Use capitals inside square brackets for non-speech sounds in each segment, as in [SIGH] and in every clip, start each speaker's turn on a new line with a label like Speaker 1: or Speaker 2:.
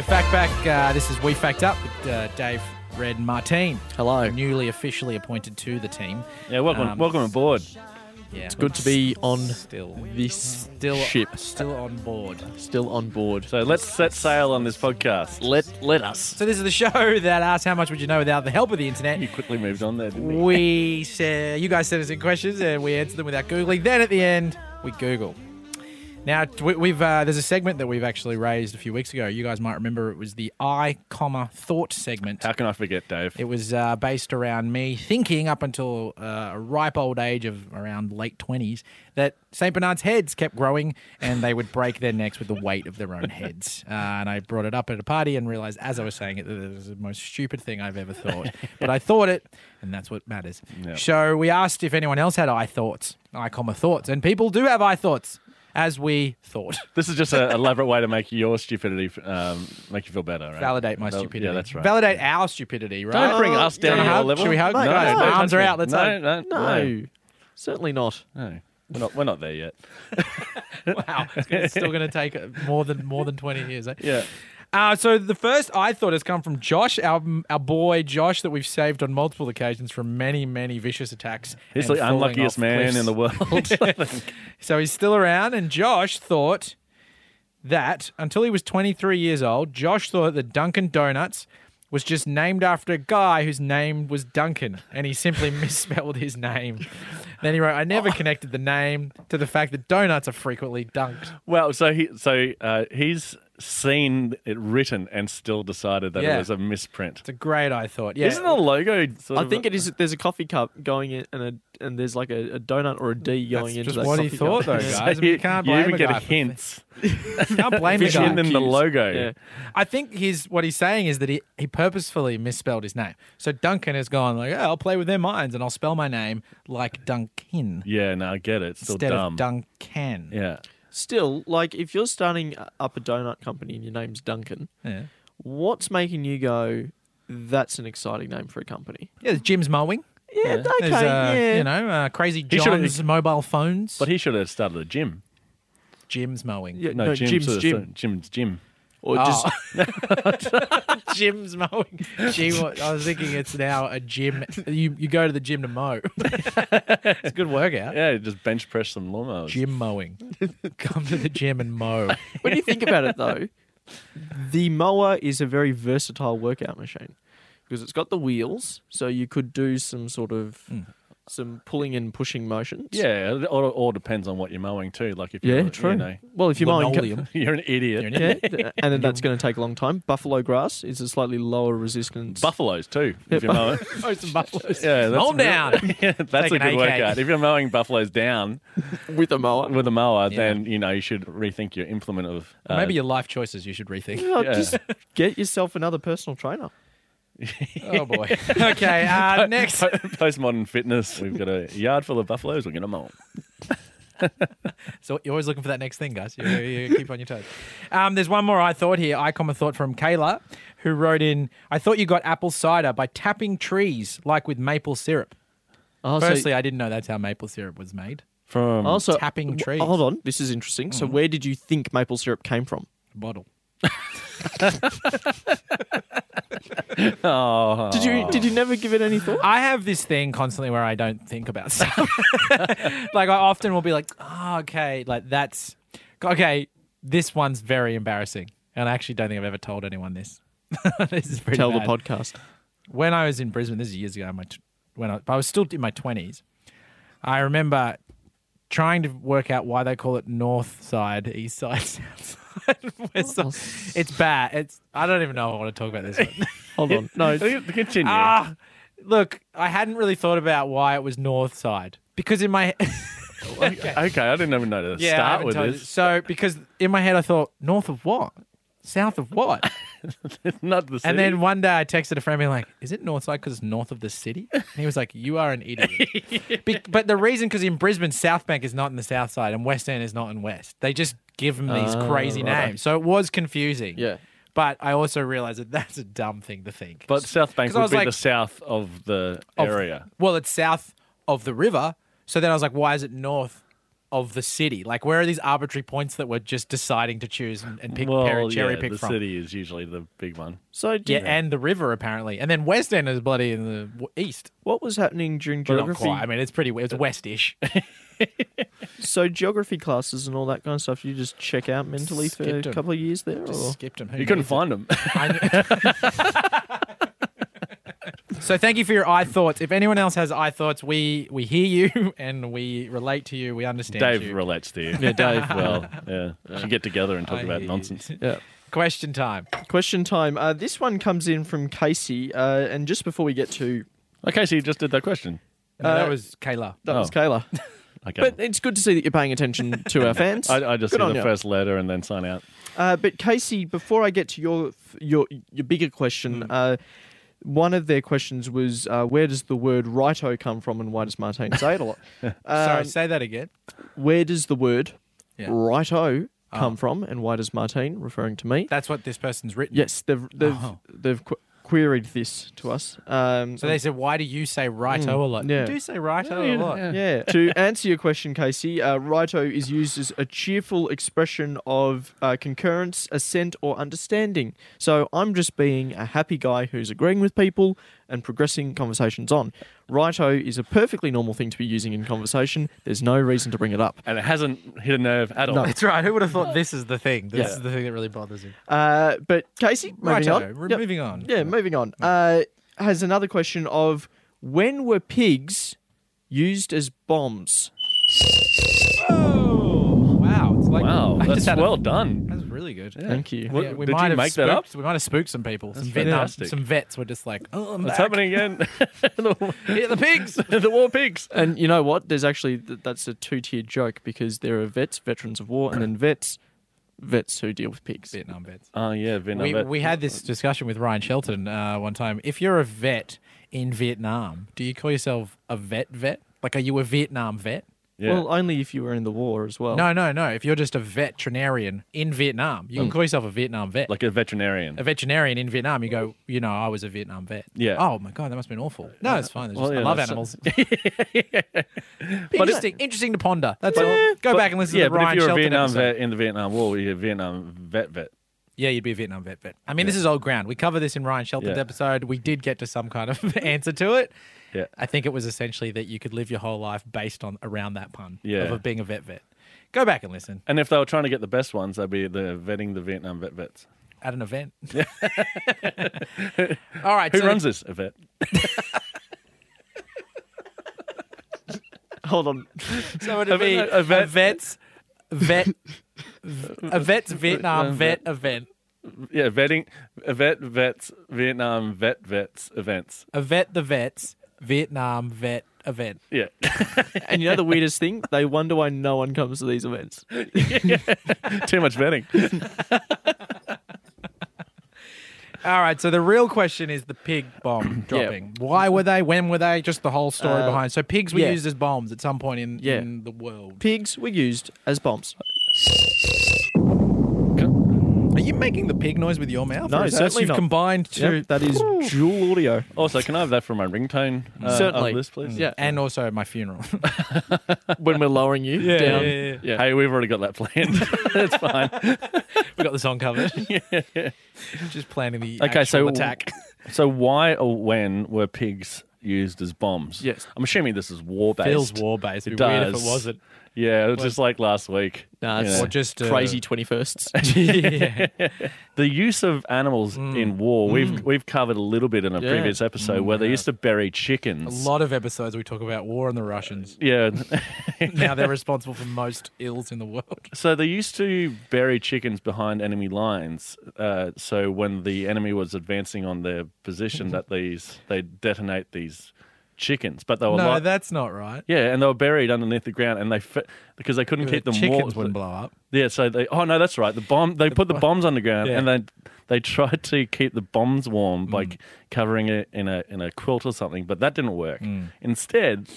Speaker 1: back. Uh, this is We Fact Up with uh, Dave Red and Martine.
Speaker 2: Hello.
Speaker 1: Newly officially appointed to the team.
Speaker 3: Yeah, welcome,
Speaker 1: Um,
Speaker 3: welcome aboard.
Speaker 1: Yeah, it's
Speaker 2: Good to be on
Speaker 1: still
Speaker 2: this
Speaker 1: still
Speaker 2: ship,
Speaker 1: still on board.
Speaker 2: still on board.
Speaker 3: So let's set sail on this podcast.
Speaker 2: let let us.
Speaker 1: So this is the show [LAUGHS] that asks how much would you know without the help of the internet.
Speaker 3: You quickly moved on there, didn't you?
Speaker 1: we said you guys sent us in questions and we answered them without googling. Then at the end, we Google. Now t- we- we've uh, there's a segment that we've actually raised a few weeks ago. You guys might remember it was the I comma thought segment.
Speaker 3: How can I forget, Dave?
Speaker 1: It was uh, based around me thinking up until uh, a ripe old age of around late twenties that Saint Bernard's heads kept growing and they would break their necks with the weight of their own heads. Uh, and I brought it up at a party and realized as I was saying it that it was the most stupid thing I've ever
Speaker 3: [LAUGHS]
Speaker 1: thought. but I thought it, and that's what matters.
Speaker 3: Yeah.
Speaker 1: So we asked if anyone else had I thoughts, I comma thoughts, and people do have I thoughts, as we
Speaker 3: [LAUGHS]
Speaker 1: thought.
Speaker 3: This is just an elaborate way to make your stupidity um, make you feel better. Right?
Speaker 1: Validate my
Speaker 3: Val-
Speaker 1: stupidity.
Speaker 3: Yeah, that's right.
Speaker 1: Validate our stupidity, right?
Speaker 3: Don't bring us
Speaker 1: Should
Speaker 3: down to
Speaker 1: we
Speaker 3: your
Speaker 1: hug?
Speaker 3: level.
Speaker 1: Should we hug? Guys,
Speaker 3: don't
Speaker 1: my
Speaker 3: touch
Speaker 1: arms are
Speaker 3: me.
Speaker 1: out. Let's
Speaker 3: no,
Speaker 1: hug.
Speaker 3: No, no, no,
Speaker 2: No, certainly not.
Speaker 3: We're not. We're not there yet.
Speaker 1: [LAUGHS] Wow, it's gonna- it's still going to take uh, more than more than twenty years. Eh?
Speaker 3: Yeah.
Speaker 1: Uh, so the first I thought has come from Josh, our our boy Josh, that we've saved on multiple occasions from many many vicious attacks.
Speaker 3: He's
Speaker 1: and
Speaker 3: the
Speaker 1: falling
Speaker 3: unluckiest
Speaker 1: off
Speaker 3: man
Speaker 1: cliffs.
Speaker 3: in the world.
Speaker 1: [LAUGHS]
Speaker 3: [LAUGHS] I think.
Speaker 1: So he's still around, and Josh thought that until he was twenty three years old, Josh thought that Dunkin' Donuts was just named after a guy whose name was Duncan, and he simply [LAUGHS] misspelled his name. Then he wrote, "I
Speaker 3: [LAUGHS]
Speaker 1: never connected the name to the fact that donuts are frequently dunked."
Speaker 3: Well, so he so uh, he's seen it written and still decided that
Speaker 1: Yeah.
Speaker 3: it was a misprint.
Speaker 1: It's a great I thought. Yeah.
Speaker 3: Isn't the logo? Sort
Speaker 2: I
Speaker 3: of
Speaker 2: think
Speaker 3: a-
Speaker 2: it is. There's a coffee cup going in, and a, and there's like a, a donut or a D going
Speaker 1: That's
Speaker 2: into
Speaker 1: just
Speaker 2: that
Speaker 1: what he
Speaker 2: coffee
Speaker 1: thought,
Speaker 2: cup.
Speaker 1: though,
Speaker 2: Yeah.
Speaker 1: guys. I mean, you can't blame
Speaker 3: [LAUGHS] you even
Speaker 1: a
Speaker 3: get
Speaker 1: guy
Speaker 3: a
Speaker 1: for- [LAUGHS]
Speaker 3: hint.
Speaker 1: Can't blame the
Speaker 3: Fish
Speaker 1: guy.
Speaker 3: in than the
Speaker 2: Cues.
Speaker 3: logo.
Speaker 2: Yeah.
Speaker 1: I think his what he's saying is that he, he purposefully misspelled his name. So Duncan has gone like, oh, I'll play with their minds and I'll spell my name like Duncan
Speaker 3: Yeah, no, I get it. It's still
Speaker 1: instead
Speaker 3: dumb.
Speaker 1: of Duncan.
Speaker 3: yeah.
Speaker 2: Still, like if you're starting up a donut company and your name's Duncan,
Speaker 1: Yeah.
Speaker 2: what's making you go? That's an exciting name for a company.
Speaker 1: Yeah, there's Jim's mowing.
Speaker 2: Yeah, okay,
Speaker 1: There's, uh,
Speaker 2: yeah.
Speaker 1: You know, uh, crazy
Speaker 3: He should've-
Speaker 1: John's mobile phones.
Speaker 3: But he should have started a gym.
Speaker 1: Jim's mowing.
Speaker 2: yeah,
Speaker 3: No,
Speaker 2: no,
Speaker 3: Jim,
Speaker 2: Jim's
Speaker 3: sort of-
Speaker 2: Jim,
Speaker 3: Jim's Jim.
Speaker 2: or just
Speaker 1: Oh. [LAUGHS] Jim's mowing. Gee, what- I was thinking it's now a gym. You you go to the gym to mow. [LAUGHS] it's a good workout.
Speaker 3: Yeah, just bench press some lawnmowers.
Speaker 1: Gym mowing. Come to the gym and
Speaker 3: [LAUGHS]
Speaker 1: mow.
Speaker 2: when you think about it though, [LAUGHS] the mower is a very versatile workout machine because it's got the wheels, so you could do some sort of some pulling and pushing motions.
Speaker 3: Yeah, it all, all depends on what you're mowing too. Like if
Speaker 2: yeah,
Speaker 3: you're,
Speaker 2: true.
Speaker 3: You know, [LAUGHS]
Speaker 2: well, if you're mowing,
Speaker 1: Linoleum.
Speaker 2: ca-
Speaker 3: you're an idiot.
Speaker 1: You're an
Speaker 2: [LAUGHS] yeah, th- and then that's going to take a long time. Buffalo grass is a slightly lower resistance.
Speaker 3: Buffaloes too. If
Speaker 1: [LAUGHS]
Speaker 3: you're mowing, [LAUGHS]
Speaker 1: Oh, some buffaloes.
Speaker 3: yeah, that's
Speaker 1: Roll
Speaker 3: real-
Speaker 1: down.
Speaker 3: [LAUGHS] yeah, that's
Speaker 1: Take an
Speaker 3: a good
Speaker 1: AK.
Speaker 3: workout. If you're mowing buffaloes down
Speaker 2: with a mower.
Speaker 3: with a mower,
Speaker 1: Yeah.
Speaker 3: then you know you should rethink your implement of. Uh,
Speaker 1: Maybe your life choices you should rethink.
Speaker 2: Oh,
Speaker 3: [LAUGHS] Yeah.
Speaker 2: Just get yourself another personal trainer.
Speaker 1: [LAUGHS] oh [LAUGHS] boy. Okay. Uh, next.
Speaker 3: po- [LAUGHS] postmodern fitness. We've got a yard full of buffaloes. We're gonna mow. 'em.
Speaker 1: So you're always looking for that next thing, guys. You, you- you keep on your toes. Um, there's one more I thought here. I comma thought from Kayla, who wrote in. I thought you got apple cider by tapping trees, like with maple syrup.
Speaker 2: Oh,
Speaker 1: Firstly, I didn't know that's how maple syrup was made.
Speaker 3: From
Speaker 2: also
Speaker 1: tapping
Speaker 2: w-
Speaker 1: trees.
Speaker 2: Hold on, this is interesting. So, where did you think maple syrup came from?
Speaker 1: Bottle.
Speaker 3: [LAUGHS] oh,
Speaker 2: Did you did you never give it any thought?
Speaker 1: I have this thing constantly where I don't think about stuff. [LAUGHS] like I often will be like, oh, okay, like that's okay. This one's very embarrassing, and I actually don't think I've ever told anyone this. [LAUGHS] this is pretty
Speaker 2: Tell
Speaker 1: bad.
Speaker 2: the podcast.
Speaker 1: When I was in Brisbane, this is years ago. My t- when I, I was still in my twenties, I remember trying to work out why they call it North Side, East Side, [LAUGHS] South Side, West
Speaker 2: Oh,
Speaker 1: Side. It's bad. It's I don't even know if I want to talk about this. One.
Speaker 2: Hold on, no,
Speaker 3: Continue.
Speaker 1: Ah, look, I hadn't really thought about why it was north side because in my [LAUGHS]
Speaker 3: okay. I didn't even know to
Speaker 1: yeah, I
Speaker 3: start
Speaker 1: haven't
Speaker 3: with
Speaker 1: told you.
Speaker 3: this.
Speaker 1: So because in my head I thought north of what, south of [LAUGHS] what,
Speaker 3: [LAUGHS] Not the
Speaker 1: and
Speaker 3: city.
Speaker 1: then one day I texted a friend being like, "Is it north side because it's north of the city?" And he was like, "You are an [LAUGHS] idiot." Be- but the reason because in Brisbane South Bank is not in the south side and West End is not in West. They just give them these
Speaker 2: Ah,
Speaker 3: Oh,
Speaker 1: crazy
Speaker 2: righto.
Speaker 1: names, so it was confusing.
Speaker 2: Yeah.
Speaker 1: But I also realized that that's a dumb thing to think.
Speaker 3: But South Bank
Speaker 1: 'Cause I
Speaker 3: would
Speaker 1: was
Speaker 3: be
Speaker 1: like-
Speaker 3: the south of the
Speaker 1: of-
Speaker 3: area.
Speaker 1: Well, it's south of the river. So then I was like, why is it north of the city? Like, where are these arbitrary points that we're just deciding to choose and, and pick,
Speaker 3: well,
Speaker 1: pair- cherry
Speaker 3: yeah,
Speaker 1: pick
Speaker 3: the
Speaker 1: from?
Speaker 3: city is usually the big one.
Speaker 2: So do
Speaker 1: Yeah,
Speaker 2: you-
Speaker 1: and the river apparently, and then West End is bloody in the w- east.
Speaker 2: what was happening during
Speaker 1: Well, not
Speaker 2: geography?
Speaker 1: quite. I mean, it's pretty. It's
Speaker 3: [LAUGHS]
Speaker 1: westish.
Speaker 3: Oh.
Speaker 2: So geography classes and all that kind of stuff, you just check out mentally for
Speaker 1: Skipped 'em.
Speaker 2: a couple of years there.
Speaker 1: Just
Speaker 2: or?
Speaker 1: skipped him.
Speaker 3: You couldn't find them.
Speaker 1: [LAUGHS] so thank you for your eye thoughts. If anyone else has eye thoughts, we we hear you [LAUGHS] and we relate to you. We understand
Speaker 3: [LAUGHS] Dave
Speaker 1: you.
Speaker 3: relates to you.
Speaker 2: Yeah, Dave.
Speaker 3: [LAUGHS] Well, yeah. Should get together and talk
Speaker 1: I
Speaker 3: about
Speaker 1: hear you.
Speaker 3: nonsense.
Speaker 2: Yeah.
Speaker 1: Question time.
Speaker 2: Question time. Uh, this one comes in from Casey, uh, and just before we get to
Speaker 3: Okay, so you just did that question.
Speaker 1: No,
Speaker 2: Uh,
Speaker 1: that was Kayla.
Speaker 2: that was
Speaker 1: [LAUGHS]
Speaker 3: Oh.
Speaker 2: Kayla,
Speaker 3: Okay.
Speaker 2: but it's good to see that you're paying attention to our fans.
Speaker 3: I, I just
Speaker 2: Good
Speaker 3: see
Speaker 2: on
Speaker 3: the
Speaker 2: ya.
Speaker 3: first letter and then sign out.
Speaker 2: Uh, but Casey, before I get to your your your bigger
Speaker 1: Mm.
Speaker 2: question, uh, one of their questions was uh, where does the word righto come from, and why does Martine say it a lot?
Speaker 1: [LAUGHS] Sorry,
Speaker 2: Um,
Speaker 1: say that again.
Speaker 2: where does the word
Speaker 1: Yeah. Ah.
Speaker 2: righto come from, and why does Martine, referring to me?
Speaker 1: That's what this person's written.
Speaker 2: yes, they've they've
Speaker 1: Oh.
Speaker 2: they've qu- queried this to us. Um,
Speaker 1: So they said, why do you say righto
Speaker 3: Mm.
Speaker 1: a lot?
Speaker 2: yeah.
Speaker 1: You do say righto a lot. [LAUGHS]
Speaker 2: yeah. to answer your question, Casey, uh, righto is used as a cheerful expression of uh, concurrence, assent, or understanding. So I'm just being a happy guy who's agreeing with people and progressing conversations on. Righto is a perfectly normal thing to be using in conversation. There's no reason to bring it up.
Speaker 3: And it hasn't hit a nerve at all.
Speaker 1: That's right. Who would have thought this is the thing? This
Speaker 2: Yeah.
Speaker 1: is the thing that really bothers him.
Speaker 2: Uh, but Casey, moving
Speaker 1: righto.
Speaker 2: on.
Speaker 1: We're
Speaker 2: Yep.
Speaker 1: moving on.
Speaker 2: Yeah, moving on. Uh, has another question of when were pigs used as bombs?
Speaker 1: Oh, wow. It's like,
Speaker 3: Wow,
Speaker 1: I just
Speaker 3: that's
Speaker 1: had a-
Speaker 3: well done.
Speaker 1: [LAUGHS] That's really good.
Speaker 2: Thank you.
Speaker 1: Yeah, we
Speaker 3: did
Speaker 1: might
Speaker 3: you
Speaker 1: have
Speaker 3: make
Speaker 1: spooked,
Speaker 3: that up?
Speaker 1: We might have spooked some people. Some, Vietnam,
Speaker 3: fantastic.
Speaker 1: some vets were just like, oh, I'm
Speaker 3: What's
Speaker 1: back.
Speaker 3: happening again? [LAUGHS] the,
Speaker 1: Hit the
Speaker 3: [LAUGHS]
Speaker 1: pigs.
Speaker 3: the war pigs.
Speaker 1: Uh,
Speaker 2: And you know what? There's actually th- that's a two-tiered joke because there are vets, veterans of war, and then vets, vets who deal with pigs.
Speaker 1: Vietnam vets.
Speaker 3: Oh yeah, Venom.
Speaker 1: We,
Speaker 3: that-
Speaker 1: we had this discussion with Ryan Shelton uh, one time. If you're a vet in Vietnam, do you call yourself a vet vet? Like, are you a Vietnam vet?
Speaker 3: yeah.
Speaker 2: Well, only if you were in the war as
Speaker 3: Oh.
Speaker 2: well.
Speaker 1: No, no, no. If you're just a veterinarian in Vietnam, you can call yourself a Vietnam vet.
Speaker 3: Mm. like a veterinarian.
Speaker 1: a veterinarian in Vietnam, you go, you know, I was a Vietnam vet.
Speaker 3: Yeah.
Speaker 1: Oh my god, that must have been awful. No, it's fine. It's
Speaker 3: Well,
Speaker 1: just-
Speaker 3: yeah,
Speaker 1: I love
Speaker 3: that's- [LAUGHS]
Speaker 1: animals. interesting, interesting to ponder. That's all. Go
Speaker 3: Eh, But-
Speaker 1: back and listen
Speaker 3: yeah,
Speaker 1: to the
Speaker 3: but
Speaker 1: Ryan
Speaker 3: if you're
Speaker 1: Shelton
Speaker 3: a Vietnam
Speaker 1: episode.
Speaker 3: vet in the Vietnam War, you're a Vietnam vet vet.
Speaker 1: Yeah, you'd be a Vietnam vet vet. I mean, this is old ground. We cover this in Ryan Shelton's
Speaker 3: Yeah.
Speaker 1: episode. We did get to some kind of [LAUGHS] answer to it.
Speaker 3: Yeah.
Speaker 1: I think it was essentially that you could live your whole life based on around that pun
Speaker 3: Yeah.
Speaker 1: of being a vet vet. Go back and listen
Speaker 3: And if they were trying to get the best ones, they'd be the vetting the Vietnam vet vets.
Speaker 1: at an
Speaker 2: [LAUGHS]
Speaker 1: event. [LAUGHS] All right.
Speaker 3: Who
Speaker 1: so-
Speaker 3: runs this? A vet.
Speaker 2: [LAUGHS] Hold on.
Speaker 1: So it'd be
Speaker 3: a- a vet-
Speaker 1: a vet's vet a
Speaker 2: [LAUGHS]
Speaker 1: vet's Vietnam vet event.
Speaker 3: Yeah, vetting a vet vets Vietnam vet vets events.
Speaker 1: A vet the vets Vietnam vet event.
Speaker 3: Yeah, [LAUGHS]
Speaker 2: and you know the weirdest thing? They wonder why no one comes to these events.
Speaker 3: too much vetting.
Speaker 1: All right. So the real question is the pig
Speaker 2: [COUGHS]
Speaker 1: bomb dropping. Why were they? When were they? Just the whole story
Speaker 2: Uh,
Speaker 1: behind. So pigs were
Speaker 2: yeah.
Speaker 1: used as bombs at some point in,
Speaker 2: Yeah.
Speaker 1: in the world.
Speaker 2: Pigs were used as bombs.
Speaker 1: Are you making the pig noise with your mouth?
Speaker 2: No,
Speaker 1: or is that-
Speaker 2: certainly
Speaker 1: you've
Speaker 2: not.
Speaker 1: combined two.
Speaker 2: Yep, that is dual audio.
Speaker 3: Also, can I have that for my ringtone? Uh,
Speaker 2: Certainly.
Speaker 3: Of this, please.
Speaker 2: Yeah.
Speaker 1: And also my funeral.
Speaker 2: [LAUGHS] When we're lowering you down.
Speaker 3: Hey, we've already got that planned. [LAUGHS] That's fine.
Speaker 1: we got the song [LAUGHS]
Speaker 3: [LAUGHS]
Speaker 1: covered. Just planning the
Speaker 3: Okay,
Speaker 1: actual
Speaker 3: so-
Speaker 1: attack.
Speaker 3: So, why or when were pigs used as bombs?
Speaker 2: Yes.
Speaker 3: I'm assuming this is war based.
Speaker 1: Bill's war base. It'd be weird if it
Speaker 3: does. [LAUGHS]
Speaker 1: wasn't.
Speaker 3: Yeah, it was just like last week.
Speaker 2: Nah,
Speaker 3: You
Speaker 2: it's
Speaker 3: know.
Speaker 1: Or just uh,
Speaker 2: Crazy twenty firsts.
Speaker 1: yeah.
Speaker 3: the use of animals
Speaker 1: Mm.
Speaker 3: in war. We've we've covered a little bit in a
Speaker 2: Yeah.
Speaker 3: previous episode where they used to bury
Speaker 1: Mm, A
Speaker 3: chickens.
Speaker 1: lot of episodes we talk about war and the Russians.
Speaker 3: [LAUGHS] Yeah,
Speaker 1: now they're responsible for most ills in the world.
Speaker 3: so they used to bury chickens behind enemy lines. Uh, so when the enemy was advancing on their position,
Speaker 1: Mm-hmm.
Speaker 3: that these they detonate these chickens, but they were
Speaker 1: no,
Speaker 3: like,
Speaker 1: that's not right.
Speaker 3: yeah, and they were buried underneath the ground, and they fit because they couldn't keep
Speaker 1: the
Speaker 3: them
Speaker 1: chickens
Speaker 3: warm.
Speaker 1: wouldn't blow up.
Speaker 3: Yeah, so they. Oh no, that's right. The bomb. They put the bombs underground,
Speaker 1: Yeah. Mm.
Speaker 3: and they they tried to keep the bombs warm by c- covering it in a in a quilt or something, but that didn't work.
Speaker 1: Mm. Hmm.
Speaker 3: Instead,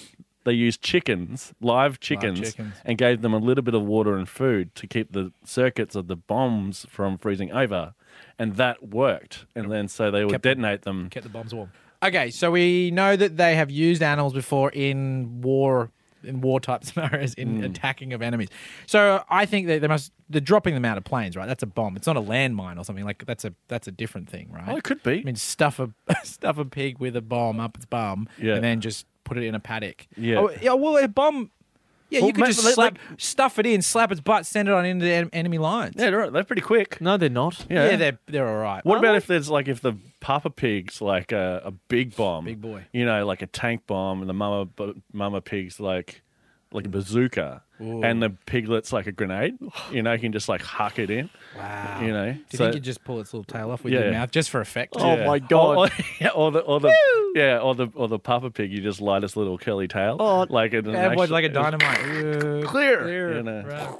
Speaker 3: they used chickens, live chickens,
Speaker 1: chickens.
Speaker 3: and gave them a little bit of water and food to keep the circuits of the bombs from freezing over, and that worked. And then so they would
Speaker 1: Kept them-
Speaker 3: detonate them.
Speaker 1: Kept the bombs warm. Okay, so we know that they have used animals before in war in war type [LAUGHS] scenarios
Speaker 3: Hmm.
Speaker 1: in attacking of enemies. So I think that they must they're dropping them out of planes, right? That's a bomb. It's not a landmine or something like that's a that's a different thing, right?
Speaker 3: Oh, it could be.
Speaker 1: I mean, stuff a [LAUGHS] stuff a pig with a bomb up its bum,
Speaker 3: Yeah.
Speaker 1: and then just put it in a paddock.
Speaker 3: Yeah.
Speaker 1: Oh, yeah. Well, a bomb. Yeah,
Speaker 3: Well,
Speaker 1: you could
Speaker 3: ma-
Speaker 1: just
Speaker 3: like-
Speaker 1: slap, stuff it in, slap its butt, send it on into the en- enemy lines.
Speaker 3: yeah, they're, they're pretty quick.
Speaker 2: [LAUGHS] No, they're not.
Speaker 1: Yeah,
Speaker 3: Yeah.
Speaker 1: they're they're all right.
Speaker 3: What about if there's like if the Papa Pig's like a, a big bomb,
Speaker 1: Big boy.
Speaker 3: you know, like a tank bomb, and the Mama bu- Mama Pig's like like a bazooka,
Speaker 1: Ooh.
Speaker 3: and the piglet's like a grenade, you know, you can just like huck it in,
Speaker 1: Wow.
Speaker 3: you know.
Speaker 1: Do you
Speaker 3: So-
Speaker 1: think you just pull its little tail off with your
Speaker 3: Yeah.
Speaker 1: mouth just for effect?
Speaker 2: Oh
Speaker 3: Yeah.
Speaker 2: my
Speaker 3: Or-
Speaker 2: God.
Speaker 3: Or, [LAUGHS] yeah, or the or the yeah, or the or the Papa Pig, you just light its little curly tail,
Speaker 2: Oh,
Speaker 3: like it,
Speaker 1: Yeah, it was like a dynamite. Ooh,
Speaker 3: clear,
Speaker 1: clear,
Speaker 3: you know.
Speaker 1: right.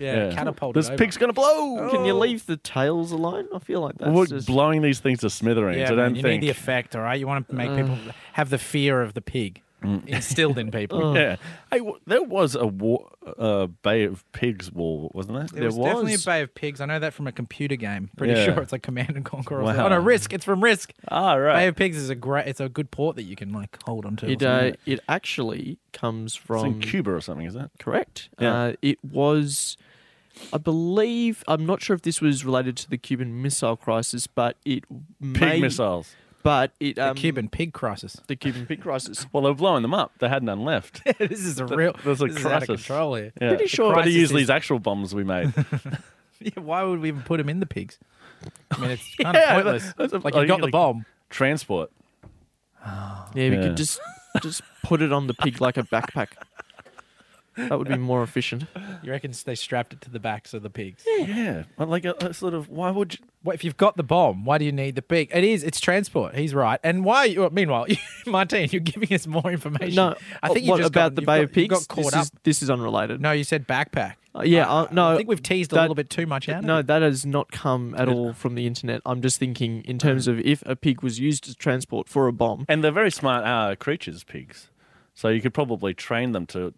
Speaker 1: Yeah, catapult.
Speaker 3: This pig's gonna blow. Oh.
Speaker 2: Can
Speaker 1: Oh.
Speaker 2: you leave the tails alone? I feel like that's
Speaker 3: We're
Speaker 2: just...
Speaker 3: blowing these things to smithereens.
Speaker 1: Yeah,
Speaker 3: I
Speaker 1: man,
Speaker 3: don't
Speaker 1: you
Speaker 3: think.
Speaker 1: need the effect, all right? You want to make people have the fear of the pig
Speaker 3: Mm.
Speaker 1: instilled in [LAUGHS] people.
Speaker 3: Yeah. Hey, w- there was a war, uh, Bay of Pigs war, wasn't there?
Speaker 1: There was, definitely a Bay of Pigs. I know that from a computer game. Pretty
Speaker 3: Yeah.
Speaker 1: sure it's like Command and Conquer. Or something.
Speaker 3: Wow.
Speaker 1: Oh no, Risk. It's from Risk.
Speaker 3: Ah,
Speaker 1: Bay
Speaker 3: right.
Speaker 1: of Pigs is a great. It's a good port that you can like hold onto. or
Speaker 2: It,
Speaker 1: something.
Speaker 2: uh, it actually comes
Speaker 3: It's
Speaker 2: from
Speaker 3: in Cuba or something, is it?
Speaker 2: Correct.
Speaker 3: Yeah.
Speaker 2: Uh, it was, I believe, I'm not sure if this was related to the Cuban Missile Crisis, but it
Speaker 3: Pig
Speaker 2: may-
Speaker 3: missiles.
Speaker 2: But it
Speaker 1: the
Speaker 2: um,
Speaker 1: Cuban pig [LAUGHS] crisis.
Speaker 2: the Cuban pig
Speaker 1: [LAUGHS]
Speaker 2: crisis.
Speaker 3: Well, they were blowing them up. They had none left. Yeah.
Speaker 1: this is a real.
Speaker 3: there's a
Speaker 1: this is out of
Speaker 3: crisis.
Speaker 1: control here.
Speaker 2: Pretty sure-
Speaker 3: Try to use
Speaker 1: crisis
Speaker 3: these actual bombs we made.
Speaker 1: [LAUGHS] Yeah, why would we even put them in the pigs? I mean,
Speaker 3: [LAUGHS]
Speaker 1: it's kind
Speaker 3: Yeah,
Speaker 1: of pointless.
Speaker 3: that's a-
Speaker 1: like
Speaker 3: are
Speaker 1: you
Speaker 3: you
Speaker 1: got the
Speaker 3: gonna-
Speaker 1: bomb.
Speaker 3: Transport.
Speaker 2: Yeah, we
Speaker 3: Yeah.
Speaker 2: could just just put it on the pig like a backpack. That would be more efficient.
Speaker 1: You reckon they strapped it to the backs of the pigs?
Speaker 3: Yeah. Well, Like a, a sort of, why would you?
Speaker 1: Well, if you've got the bomb, why do you need the pig? It is, it's transport. He's right. And why? You, [LAUGHS] meanwile, Martin, you're giving us more information.
Speaker 2: No,
Speaker 1: I think you
Speaker 2: what
Speaker 1: just got,
Speaker 2: about the
Speaker 1: you've
Speaker 2: Bay
Speaker 1: got-
Speaker 2: of Pigs?
Speaker 1: you got caught
Speaker 2: this
Speaker 1: up.
Speaker 2: is this is unrelated.
Speaker 1: No, you said backpack.
Speaker 2: Uh, yeah, uh, no.
Speaker 1: I think we've teased a
Speaker 2: that-
Speaker 1: little bit too much out. of
Speaker 2: No,
Speaker 1: it.
Speaker 2: that has not come at all from the internet. I'm just thinking in terms of if a pig was used as transport for a bomb.
Speaker 3: And they're very smart uh, creatures, pigs. So you could probably train them to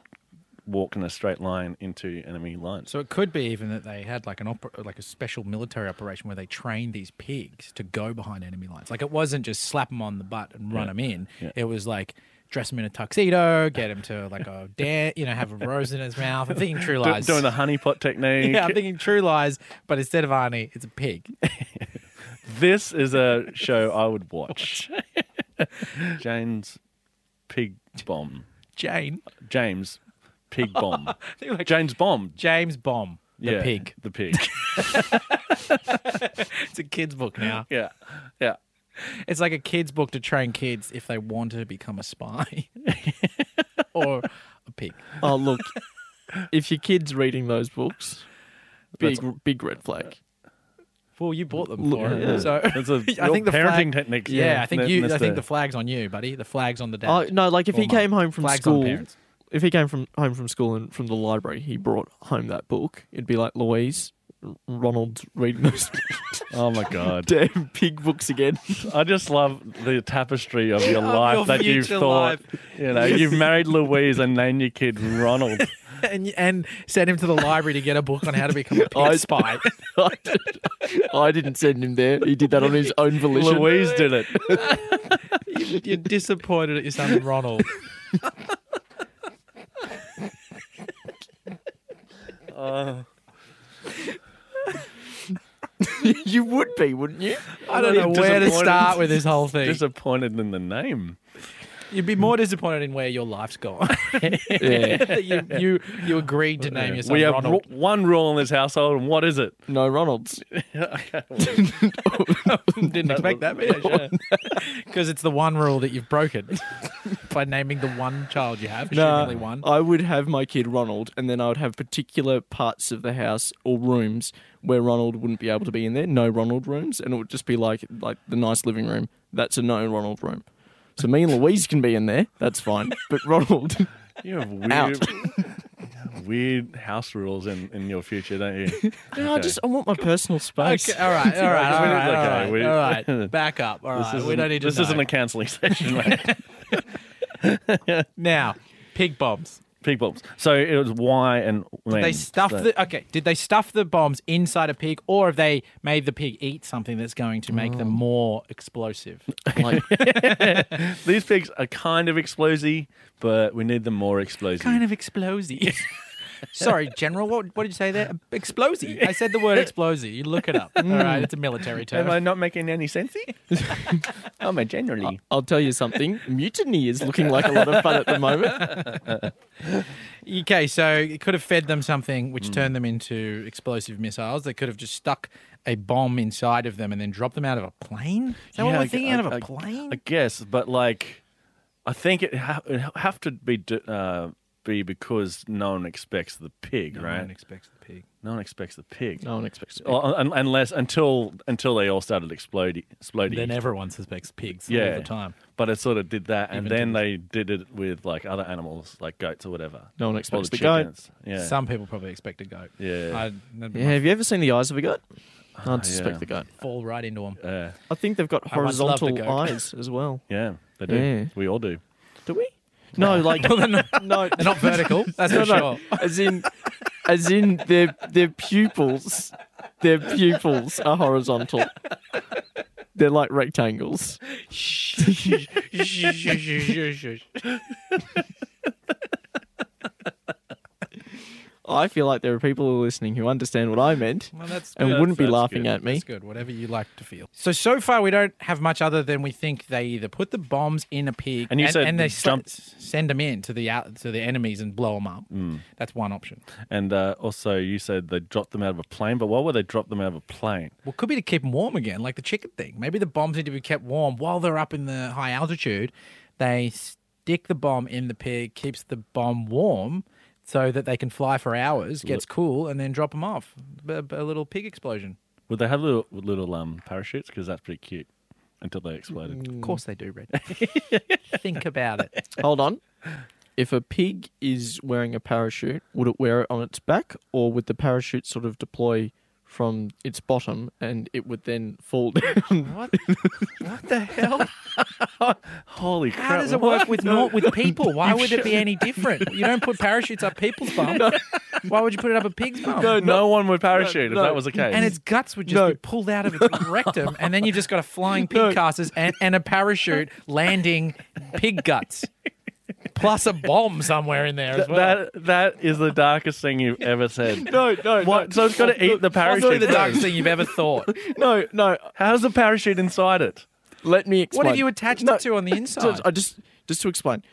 Speaker 3: walk in a straight line into enemy lines.
Speaker 1: So it could be even that they had like an oper- like a special military operation where they trained these pigs to go behind enemy lines. Like it wasn't just slap them on the butt and run
Speaker 3: Yeah.
Speaker 1: them in.
Speaker 3: Yeah.
Speaker 1: It was like dress him in a tuxedo, get him to like
Speaker 2: [LAUGHS]
Speaker 1: a dare, you know, have a rose in his mouth. I'm thinking True
Speaker 3: Do-
Speaker 1: Lies.
Speaker 3: doing
Speaker 1: [LAUGHS]
Speaker 3: the honeypot technique.
Speaker 1: yeah, I'm thinking True Lies, but instead of Arnie, it's a pig.
Speaker 3: This is a show I would watch. Jane's Pig Bomb.
Speaker 1: [LAUGHS] Jane,
Speaker 3: James
Speaker 1: [LAUGHS]
Speaker 3: Pig Bomb.
Speaker 1: I think like
Speaker 3: James Bomb.
Speaker 1: James Bomb, the pig.
Speaker 3: The pig.
Speaker 1: [LAUGHS] It's a kids book now.
Speaker 3: Yeah. Yeah.
Speaker 1: It's like a kids book to train kids if they want to become a [LAUGHS] spy or a pig. [LAUGHS]
Speaker 2: Oh look, if your kid's reading those books, big big red
Speaker 1: Uh,
Speaker 2: flag.
Speaker 1: Well, you bought them
Speaker 2: Look,
Speaker 1: for
Speaker 2: yeah.
Speaker 1: it. So
Speaker 3: That's a
Speaker 1: [LAUGHS] I think the flag-
Speaker 3: parenting technique.
Speaker 1: yeah, I think you. I think
Speaker 3: Mister-
Speaker 1: the flag's on you, buddy. The flag's on the dad.
Speaker 2: Oh no, like if he
Speaker 1: Or mum.
Speaker 2: came home from
Speaker 1: Flags on
Speaker 2: school,
Speaker 1: parents. [LAUGHS]
Speaker 2: if he came from home from school and from the library, he brought home that book. It'd be like Louise, R- Ronald's reading those [LAUGHS]
Speaker 1: [LAUGHS]
Speaker 3: Oh my god.
Speaker 2: damn pig books again.
Speaker 3: I just love the tapestry of
Speaker 1: [LAUGHS] Of
Speaker 3: your life
Speaker 1: your
Speaker 3: that you've
Speaker 1: future
Speaker 3: thought.
Speaker 1: life.
Speaker 3: You
Speaker 1: [LAUGHS]
Speaker 3: know, you've married Louise and named your kid Ronald.
Speaker 1: and and send him to the library to get a book on how to become [LAUGHS] a
Speaker 2: I-
Speaker 1: pig spy.
Speaker 2: I, did, I didn't send him there. He did that on his own volition.
Speaker 3: Louise did
Speaker 1: [LAUGHS]
Speaker 3: it.
Speaker 1: You're disappointed at your [LAUGHS] son Ronald.
Speaker 3: Oh.
Speaker 2: [LAUGHS] you would be, wouldn't you?
Speaker 1: I don't know where to
Speaker 3: Disappointed.
Speaker 1: start with this whole thing.
Speaker 3: disappointed in the name.
Speaker 1: You'd be more disappointed in where your life's gone. [LAUGHS]
Speaker 2: Yeah.
Speaker 1: that you, you you agreed to name your son
Speaker 3: we have
Speaker 1: Ronald.
Speaker 3: ru- one rule in this household, and what is it?
Speaker 2: [LAUGHS] No, Ronald's.
Speaker 1: Didn't expect that, [LAUGHS] because it's the one rule that you've
Speaker 3: [LAUGHS]
Speaker 1: broken by naming the one child you have.
Speaker 2: No,
Speaker 1: Presumably
Speaker 3: Oh,
Speaker 1: one.
Speaker 2: I would have my kid Ronald, and then I would have particular parts of the house or rooms where Ronald wouldn't be able to be in there. No Ronald rooms, and it would just be like like the nice living room. That's a no Ronald room. So me and Louise can be in there. That's fine. But Ronald, [LAUGHS]
Speaker 3: You have weird,
Speaker 2: Out.
Speaker 3: weird house rules in, in your future, don't you?
Speaker 2: no, I
Speaker 3: Okay.
Speaker 2: just I want my personal space.
Speaker 1: Okay, all
Speaker 3: [LAUGHS]
Speaker 1: right, all right, all
Speaker 3: we
Speaker 1: right,
Speaker 3: need-
Speaker 1: all
Speaker 3: okay,
Speaker 1: right,
Speaker 3: we-
Speaker 1: all
Speaker 3: [LAUGHS]
Speaker 1: right. Back up. [LAUGHS] All right, we
Speaker 3: isn't-
Speaker 1: don't need to.
Speaker 3: This
Speaker 1: know. [LAUGHS]
Speaker 3: isn't a counselling session, mate.
Speaker 1: now. Pig bombs.
Speaker 3: Pig bombs. So it was why and when.
Speaker 1: They stuff
Speaker 3: So-
Speaker 1: the okay. Did they stuff the bombs inside a pig, or have they made the pig eat something that's going to make
Speaker 3: Oh.
Speaker 1: them more explosive?
Speaker 2: Like,
Speaker 3: These pigs are kind of explosive, but we need them more explosive.
Speaker 1: kind of explosive. [LAUGHS] Sorry, General. What, what did you say [LAUGHS] there? Explosive. I said the word explosive. You look it up. [LAUGHS] All right, it's a military term.
Speaker 3: Am I not making any sense?
Speaker 1: [LAUGHS]
Speaker 3: I'm a generally.
Speaker 2: [LAUGHS] I'll tell you something. Mutiny is looking like a lot of fun at the moment.
Speaker 1: Okay, E so it could have fed them something
Speaker 3: Mm.
Speaker 1: which turned them into explosive missiles. They could have just stuck a bomb inside of them and then dropped them out of a plane. Is that what we're
Speaker 3: I-
Speaker 1: thinking
Speaker 3: I-
Speaker 1: out of
Speaker 3: I-
Speaker 1: a plane?
Speaker 3: I guess, but like, I think it, ha- it ha- have to be d- uh, be because no one expects the pig, right? No one,
Speaker 1: expects the pig.
Speaker 3: expects the pig.
Speaker 2: [LAUGHS] No one expects it.
Speaker 3: Well, un- unless until until they all started exploding, exploding.
Speaker 1: Then everyone suspects pigs all
Speaker 3: Yeah.
Speaker 1: the time.
Speaker 3: but it sort of did that, and
Speaker 1: Even
Speaker 3: then they did it with like other animals, like goats or whatever.
Speaker 2: No one
Speaker 3: Or
Speaker 2: expects
Speaker 3: the
Speaker 2: the goat.
Speaker 3: chickens. Yeah.
Speaker 1: Some people probably expect a goat.
Speaker 3: Yeah.
Speaker 1: I'd, that'd be
Speaker 2: Yeah,
Speaker 1: my
Speaker 2: have you ever seen the eyes of a goat? I'd suspect
Speaker 3: yeah.
Speaker 2: the goat.
Speaker 1: fall right into them.
Speaker 3: Uh,
Speaker 2: I think they've got
Speaker 1: I once loved a
Speaker 2: horizontal
Speaker 1: goat.
Speaker 2: eyes as well.
Speaker 3: yeah, they do.
Speaker 2: Yeah.
Speaker 3: We all do.
Speaker 2: Do we? No, [LAUGHS] like
Speaker 1: [LAUGHS] they're not,
Speaker 2: no,
Speaker 1: they're not vertical. That's [LAUGHS] for
Speaker 2: no,
Speaker 1: sure.
Speaker 2: no. As in, as in their their pupils, their pupils are horizontal. They're like rectangles.
Speaker 1: [LAUGHS]
Speaker 2: I feel like there are people who are listening who understand what I meant
Speaker 1: Well, that's
Speaker 2: and
Speaker 1: good.
Speaker 2: wouldn't be
Speaker 3: that's
Speaker 2: laughing
Speaker 3: good.
Speaker 2: at me.
Speaker 1: That's good. Whatever you like to feel. So so far we don't have much other than we think they either put the bombs in a pig
Speaker 3: And you said
Speaker 1: and they
Speaker 3: jump-
Speaker 1: sl- send them in to the out, to the enemies and blow them up.
Speaker 3: Hmm.
Speaker 1: That's one option.
Speaker 3: And uh, also, you said they dropped them out of a plane, but why would they drop them out of a plane?
Speaker 1: Well, could be to keep them warm again, like the chicken thing. Maybe the bombs need to be kept warm while they're up in the high altitude. They stick the bomb in the pig, keeps the bomb warm. So that they can fly for hours, gets cool, and then drop them off. A, a little pig explosion.
Speaker 3: Would they have little little um parachutes? Because that's pretty cute. Until they exploded.
Speaker 1: Of course they do,
Speaker 3: [LAUGHS]
Speaker 1: Red. Think about it.
Speaker 2: Hold on. If a pig is wearing a parachute, would it wear it on its back, or would the parachute sort of deploy from its bottom and it would then fall [LAUGHS] down?
Speaker 1: What? what the hell?
Speaker 3: Holy crap!
Speaker 1: How does it work with not with
Speaker 2: [LAUGHS]
Speaker 1: people? Why would it be any different? You don't put parachutes up people's bum. Why would you put it up a pig's bum?
Speaker 3: [LAUGHS] No, one would parachute
Speaker 2: no.
Speaker 3: if that was the case.
Speaker 1: And its guts would just
Speaker 2: No.
Speaker 1: be pulled out of
Speaker 2: [LAUGHS]
Speaker 1: its rectum, and then you just got a flying pig
Speaker 2: No.
Speaker 1: casters and, and a parachute landing pig guts, plus a bomb somewhere in there as well.
Speaker 3: that that is the darkest thing you've ever said.
Speaker 2: No, [LAUGHS] no,
Speaker 3: What?
Speaker 2: no.
Speaker 3: So it's got to eat the
Speaker 1: Probably
Speaker 3: parachute.
Speaker 1: the
Speaker 3: first.
Speaker 1: darkest
Speaker 2: [LAUGHS]
Speaker 1: thing you've ever thought.
Speaker 2: no, no.
Speaker 3: How's the parachute inside it?
Speaker 2: Let me
Speaker 1: What
Speaker 2: explain.
Speaker 1: have you attached
Speaker 2: No,
Speaker 1: it to on the
Speaker 2: so-
Speaker 1: inside?
Speaker 2: I just, just to explain,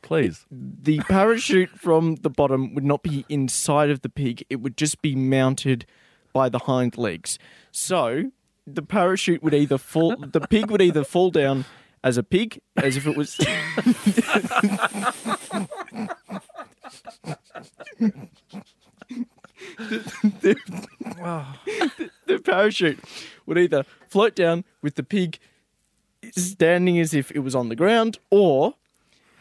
Speaker 3: Please. [LAUGHS]
Speaker 2: the parachute from the bottom would not be inside of the pig. It would just be mounted by the hind legs. So the parachute would either fall. The pig would either fall down as a pig, as if it was. [LAUGHS]
Speaker 1: Oh.
Speaker 2: the parachute would either float down with the pig standing as if it was on the ground, or